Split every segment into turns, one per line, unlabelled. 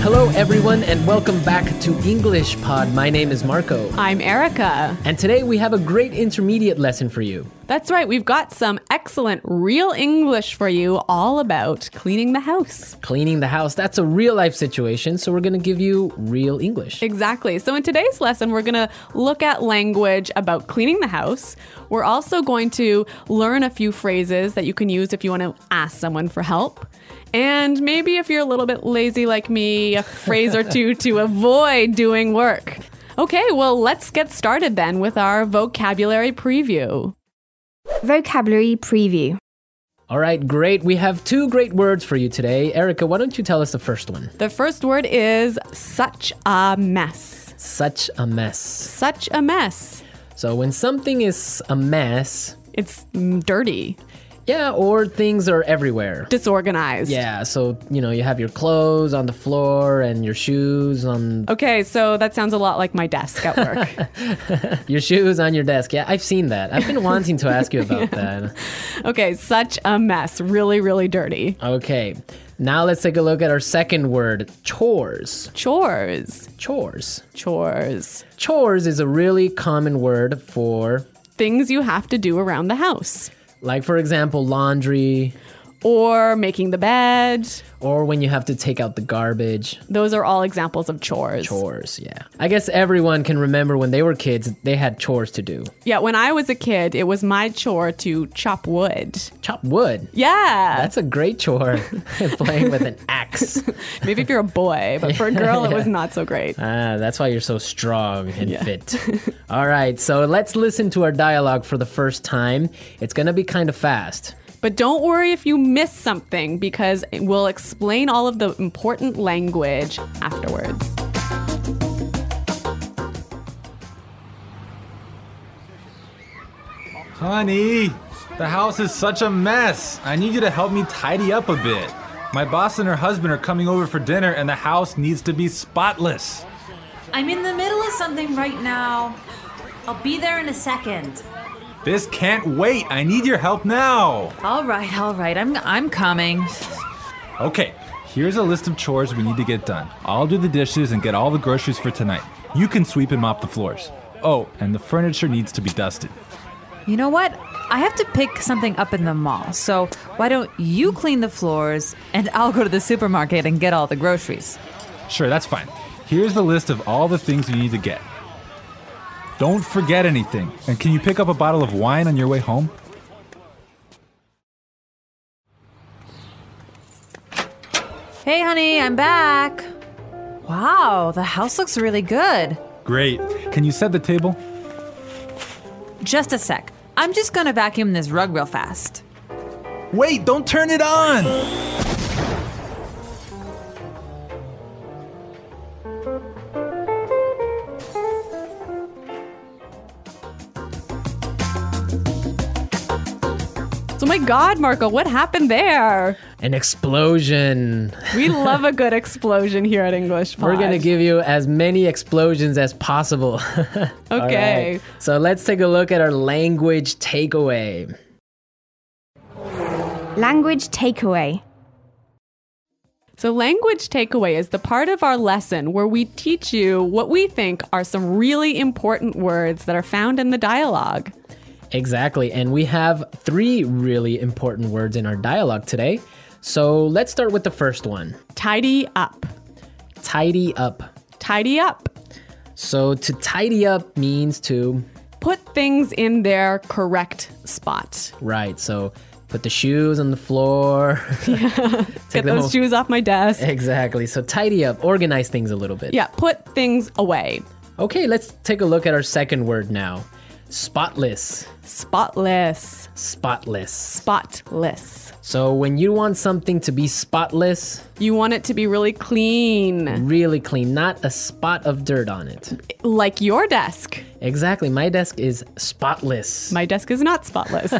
Hello, everyone, and welcome back to English Pod. My name is Marco.
I'm Erica.
And today we have a great intermediate lesson for you.
That's right, we've got some excellent real English for you all about cleaning the house.
Cleaning the house, that's a real life situation, so we're going to give you real English.
Exactly. So, in today's lesson, we're going to look at language about cleaning the house. We're also going to learn a few phrases that you can use if you want to ask someone for help. And maybe if you're a little bit lazy like me, a phrase or two to avoid doing work. Okay, well, let's get started then with our vocabulary preview.
Vocabulary preview.
All right, great. We have two great words for you today. Erica, why don't you tell us the first one?
The first word is such a mess.
Such a mess.
Such a mess.
So, when something is a mess,
It's mm, dirty,
yeah, or things are everywhere.
disorganized.
Yeah, so, you know, you have your clothes on the floor and your shoes on
Okay, so that sounds a lot like my desk at work.
your shoes on your desk. Yeah, I've seen that. I've been wanting to ask you about that.
okay, such a mess. Really, really dirty.
Okay, now let's take a look at our second word chores.
Chores.
Chores.
Chores.
Chores is a really common word for,
Things you have to do around the house.
like, for example, laundry
Or making the bed.
or when you have to take out the garbage.
Those are all examples of chores.
Chores, yeah. I guess everyone can remember when they were kids, they had chores to do.
Yeah, when I was a kid, it was my chore to chop wood.
Chop wood.
Yeah.
That's a great chore. Playing with an axe.
Maybe if you're a boy, but for a girl, it was not so great.
Ah, that's why you're so strong and fit. All right, so let's listen to our dialogue for the first time. It's going to be kind of fast.
But don't worry if you miss something because we'll explain all of the important language afterwards.
Honey, the house is such a mess. I need you to help me tidy up a bit. My boss and her husband are coming over for dinner, and the house needs to be spotless.
I'm in the middle of something right now. I'll be there in a second.
This can't wait. I need your help now.
All right, all right. I'm I'm coming.
Okay, here's a list of chores we need to get done. I'll do the dishes and get all the groceries for tonight. You can sweep and mop the floors. Oh, and the furniture needs to be dusted.
You know what? I have to pick something up in the mall. So, why don't you clean the floors and I'll go to the supermarket and get all the groceries.
Sure, that's fine. Here's the list of all the things you need to get. Don't forget anything. And can you pick up a bottle of wine on your way home?
Hey, honey, I'm back. Wow, the house looks really good.
Great. Can you set the table?
Just a sec. I'm just going to vacuum this rug real fast.
Wait, don't turn it on!
So, my God, Marco, what happened there?
An explosion.
We love a good explosion here at English. Pod.
We're going to give you as many explosions as possible. All
Okay.
right, So let's take a look at our language takeaway.
Language takeaway.
So, language takeaway is the part of our lesson where we teach you what we think are some really important words that are found in the dialogue.
Exactly. And we have three really important words in our dialogue today. So let's start with the first one
Tidy up.
tidy up.
Tidy up.
So to tidy up means to
Put things in their correct spot.
Right. So put the shoes on the floor.
Get
them Eh.
those
off.
shoes off my desk.
exactly. So tidy up, organize things a little bit.
Yeah, put things away.
Okay, let's take a look at our second word now. Spotless.
Spotless.
Spotless.
Spotless.
So when you want something to be spotless,
You want it to be really clean,
really clean, not a spot of dirt on it.
like your desk.
Exactly. My desk is spotless.
My desk is not spotless.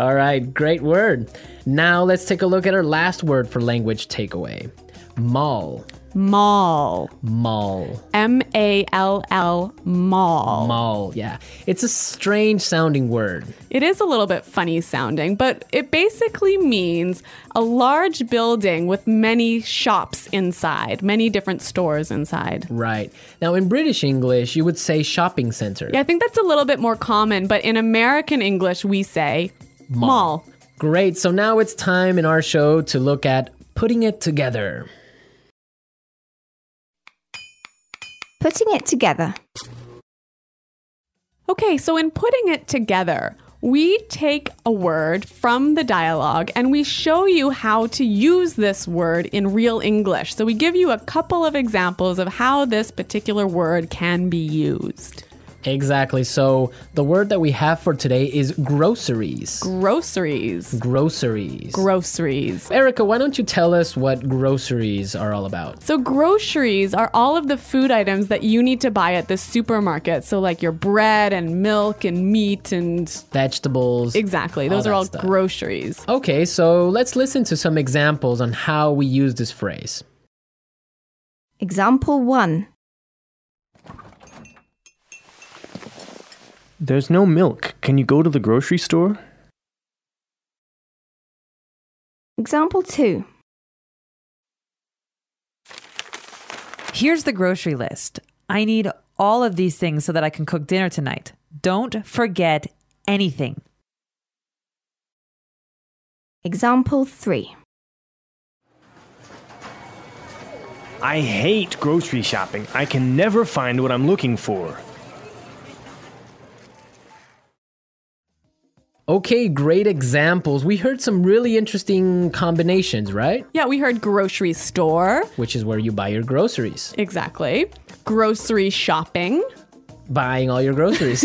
All right, great word. Now let's take a look at our last word for language takeaway. Mall.
Mall.
Mall.
M A L L, mall.
Mall. Yeah. It's a strange sounding word.
It is a little bit funny sounding, but it basically means a large building with many shops inside, many different stores inside.
Right. Now, in British English, you would say shopping center.
Yeah, I think that's a little bit more common, but in American English, we say mall.
Great. So now it's time in our show to look at putting it together.
Putting it together.
Okay, so in putting it together, we take a word from the dialogue and we show you how to use this word in real English. So we give you a couple of examples of how this particular word can be used.
Exactly. So the word that we have for today is groceries.
Groceries.
Groceries.
Groceries.
Erica, why don't you tell us what groceries are all about?
So, groceries are all of the food items that you need to buy at the supermarket. So, like your bread and milk and meat and
Vegetables.
exactly,
All
those are
that
all
stuff.
groceries.
Okay, so let's listen to some examples on how we use this phrase.
Example 1.
There's no milk. Can you go to the grocery store?
Example 2.
Here's the grocery list. I need all of these things so that I can cook dinner tonight. Don't forget anything.
Example 3.
I hate grocery shopping. I can never find what I'm looking for.
Okay, great examples. We heard some really interesting combinations, right?
Yeah, we heard grocery store.
Which is where you buy your groceries,
Exactly. Grocery shopping
buying all your groceries,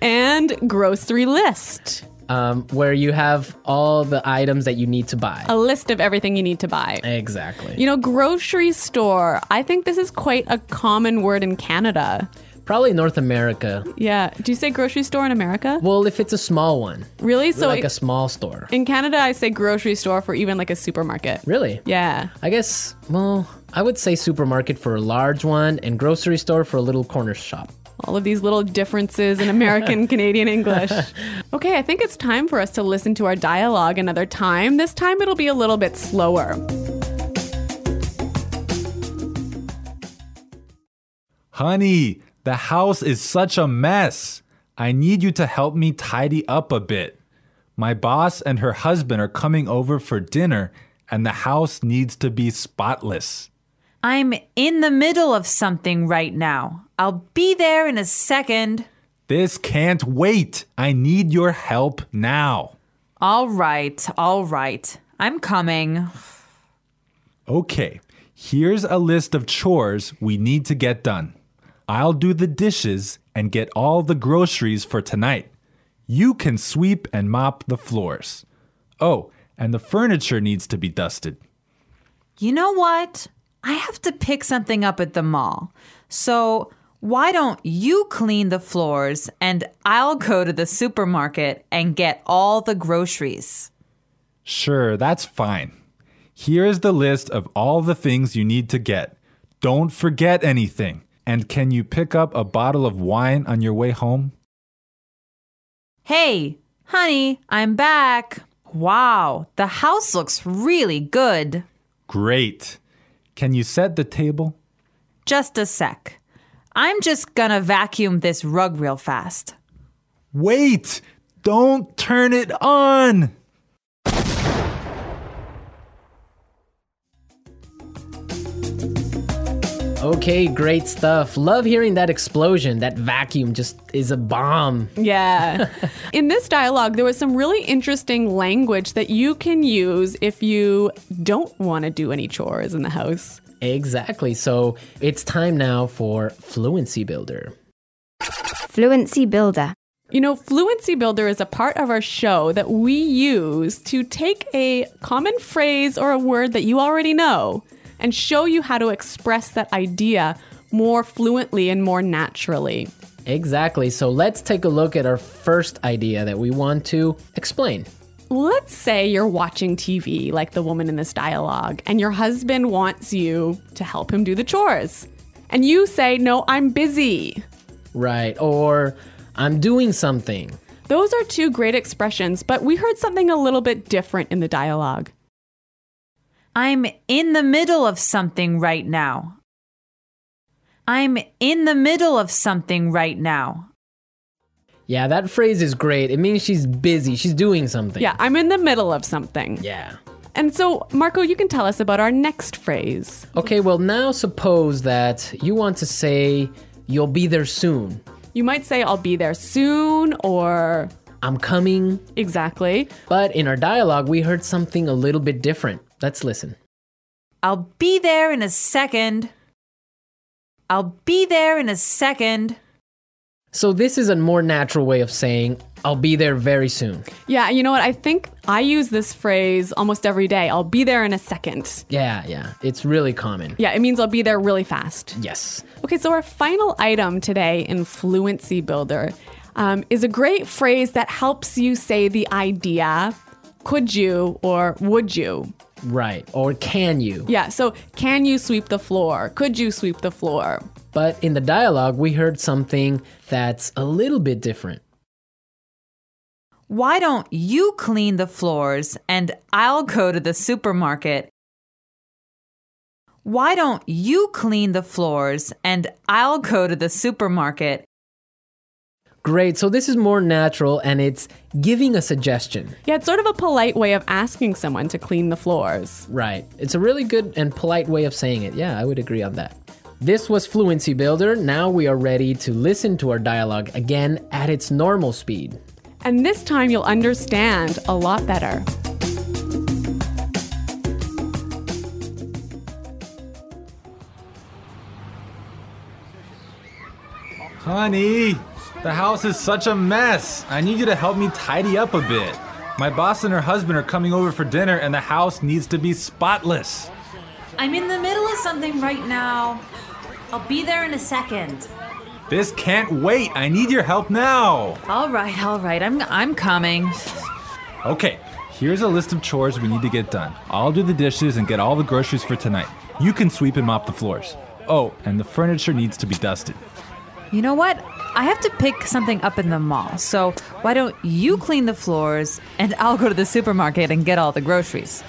and grocery list.
um, where you have all the items that you need to buy.
A list of everything you need to buy.
Exactly.
You know, grocery store. I think this is quite a common word in Canada.
Probably North America.
Yeah. Do you say grocery store in America?
Well, if it's a small one,
Really? So
like
it-
a small store.
in Canada, I say grocery store for even like a supermarket.
Really?
Yeah.
I guess, well, I would say supermarket for a large one and grocery store for a little corner shop.
All of these little differences in American Canadian English. Okay, I think it's time for us to listen to our dialogue another time. This time it'll be a little bit slower.
Honey, the house is such a mess. I need you to help me tidy up a bit. My boss and her husband are coming over for dinner, and the house needs to be spotless.
I'm in the middle of something right now. I'll be there in a second.
This can't wait. I need your help now.
All right, all right. I'm coming.
Okay, here's a list of chores we need to get done. I'll do the dishes and get all the groceries for tonight. You can sweep and mop the floors. Oh, and the furniture needs to be dusted.
You know what? I have to pick something up at the mall. So, why don't you clean the floors and I'll go to the supermarket and get all the groceries?
Sure, that's fine. Here is the list of all the things you need to get. Don't forget anything. And can you pick up a bottle of wine on your way home?
Hey, honey, I'm back. Wow, the house looks really good.
Great. Can you set the table?
Just a sec. I'm just gonna vacuum this rug real fast.
Wait! Don't turn it on!
Okay, great stuff. Love hearing that explosion. That vacuum just is a bomb.
Yeah. In this dialogue, there was some really interesting language that you can use if you don't want to do any chores in the house.
Exactly. So it's time now for Fluency Builder.
Fluency builder.
You know, Fluency Builder is a part of our show that we use to take a common phrase or a word that you already know and show you how to express that idea more fluently and more naturally.
Exactly. So let's take a look at our first idea that we want to explain.
let's say you're watching TV like the woman in this dialogue, and your husband wants you to help him do the chores. And you say, No, I'm busy.
Right. Or I'm doing something.
Those are two great expressions, but we heard something a little bit different in the dialogue.
I'm in the middle of something right now. I'm in the middle of something right now.
Yeah, that phrase is great. It means she's busy. She's doing something.
Yeah, I'm in the middle of something.
Yeah.
And so, Marco, you can tell us about our next phrase.
Okay, well, now suppose that you want to say, You'll be there soon.
You might say, I'll be there soon, or
I'm coming.
exactly.
But in our dialogue, we heard something a little bit different. Let's listen.
I'll be there in a second. I'll be there in a second.
So, this is a more natural way of saying, I'll be there very soon.
Yeah, you know what? I think I use this phrase almost every day. I'll be there in a second.
Yeah, yeah. It's really common.
Yeah, it means I'll be there really fast.
Yes.
Okay, so our final item today in Fluency Builder um, is a great phrase that helps you say the idea could you or would you?
Right. Or can you?
Yeah, so can you sweep the floor? Could you sweep the floor?
But in the dialogue, we heard something that's a little bit different.
Why don't you clean the floors and I'll go to the supermarket? Why don't you clean the floors and I'll go to the supermarket?
Great. So, this is more natural and it's giving a suggestion.
Yeah, it's sort of a polite way of asking someone to clean the floors.
Right. It's a really good and polite way of saying it. Yeah, I would agree on that. This was Fluency Builder. Now we are ready to listen to our dialogue again at its normal speed.
And this time you'll understand a lot better.
Honey, the house is such a mess. I need you to help me tidy up a bit. My boss and her husband are coming over for dinner, and the house needs to be spotless.
I'm in the middle of something right now. I'll be there in a second.
This can't wait. I need your help now.
All right, all right. I'm I'm coming.
Okay, here's a list of chores we need to get done. I'll do the dishes and get all the groceries for tonight. You can sweep and mop the floors. Oh, and the furniture needs to be dusted.
You know what? I have to pick something up in the mall. So, why don't you clean the floors and I'll go to the supermarket and get all the groceries?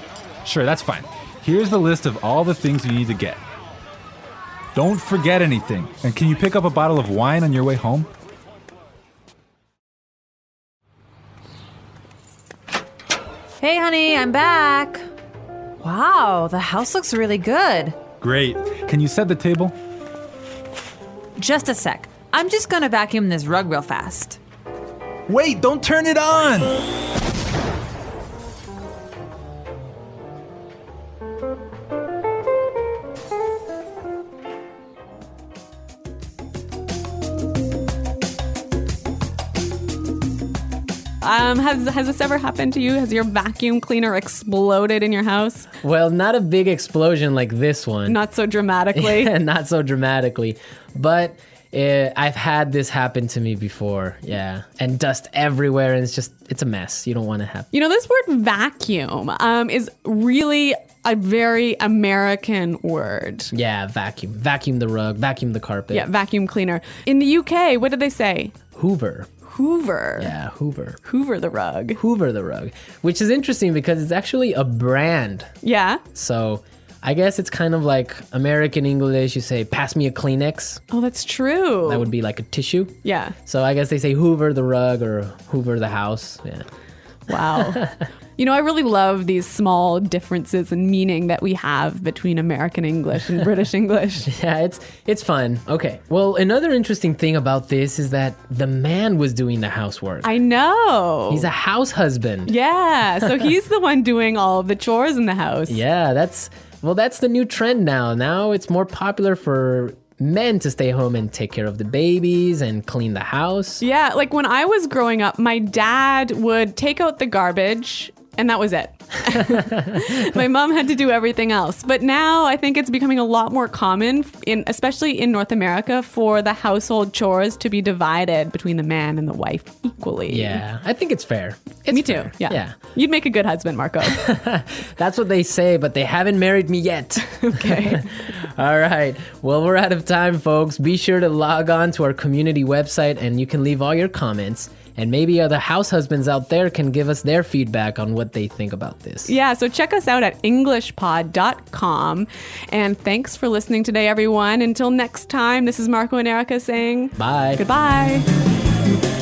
Sure, that's fine. Here's the list of all the things you need to get. Don't forget anything. And can you pick up a bottle of wine on your way home?
Hey, honey, I'm back. Wow, the house looks really good.
Great. Can you set the table?
Just a sec. I'm just gonna vacuum this rug real fast.
Wait, don't turn it on!
Um, has, has this ever happened to you? Has your vacuum cleaner exploded in your house?
Well, not a big explosion like this one,
Not so dramatically.
and not so dramatically, but eh, I've had this happen to me before. Yeah. And dust everywhere, and it's just, it's a mess. You don't want to have.
You know, this word vacuum um, is really a very American word.
Yeah, vacuum. Vacuum the rug, vacuum the carpet.
Yeah, vacuum cleaner. In the UK, what did they say?
Hoover.
Hoover.
Yeah, Hoover.
Hoover the rug.
Hoover the rug, which is interesting because it's actually a brand.
Yeah.
So I guess it's kind of like American English, you say, pass me a Kleenex.
Oh, that's true.
That would be like a tissue.
Yeah.
So I guess they say Hoover the rug or Hoover the house. Yeah.
Wow. you know, I really love these small differences in meaning that we have between American English and British English.
Yeah, it's it's fun. Okay. Well, another interesting thing about this is that the man was doing the housework.
I know.
He's a house husband.
yeah. So he's the one doing all of the chores in the house.
Yeah, that's well that's the new trend now. Now it's more popular for men to stay home and take care of the babies and clean the house.
Yeah, like when I was growing up, my dad would take out the garbage and that was it. my mom had to do everything else. But now I think it's becoming a lot more common, in especially in North America, for the household chores to be divided between the man and the wife equally.
Yeah, I think it's fair. It's
Me too.
fair.
Yeah.
Yeah.
You'd make a good husband, Marco.
That's what they say, but they haven't married me yet.
Okay.
All right. Well, we're out of time, folks. Be sure to log on to our community website and you can leave all your comments. And maybe other house husbands out there can give us their feedback on what they think about this.
yeah, so check us out at englishpod.com. And thanks for listening today, everyone. Until next time, this is Marco and Erica saying
Bye.
goodbye.